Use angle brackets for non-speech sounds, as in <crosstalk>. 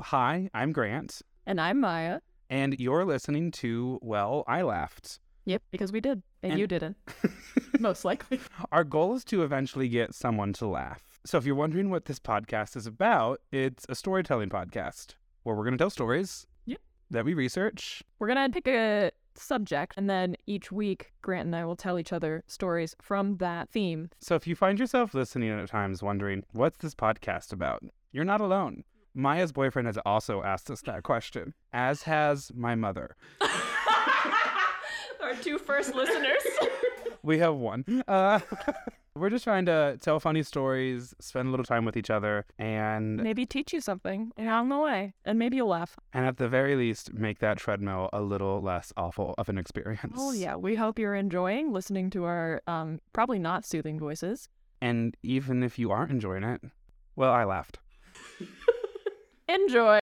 Hi, I'm Grant, And I'm Maya. and you're listening to Well, I Laughed. Yep, because we did. And, And- you didn't. <laughs> Most likely. Our goal is to eventually get someone to laugh. So if you're wondering what this podcast is about, it's a storytelling podcast where we're going to tell stories Yep. that we research. We're going to pick a subject, and then each week, Grant and I will tell each other stories from that theme. So if you find yourself listening at times wondering, what's this podcast about? You're not alone. Maya's boyfriend has also asked us that question, as has my mother. <laughs> Our two first listeners. We have one. Uh, <laughs> we're just trying to tell funny stories, spend a little time with each other, and <laughs> maybe teach you something along the way, and maybe you'll laugh. and at the very least, make that treadmill a little less awful of an experience. Oh, yeah. We hope you're enjoying listening to our um, probably not soothing voices. And even if you aren't enjoying it, well, I laughed. Enjoy.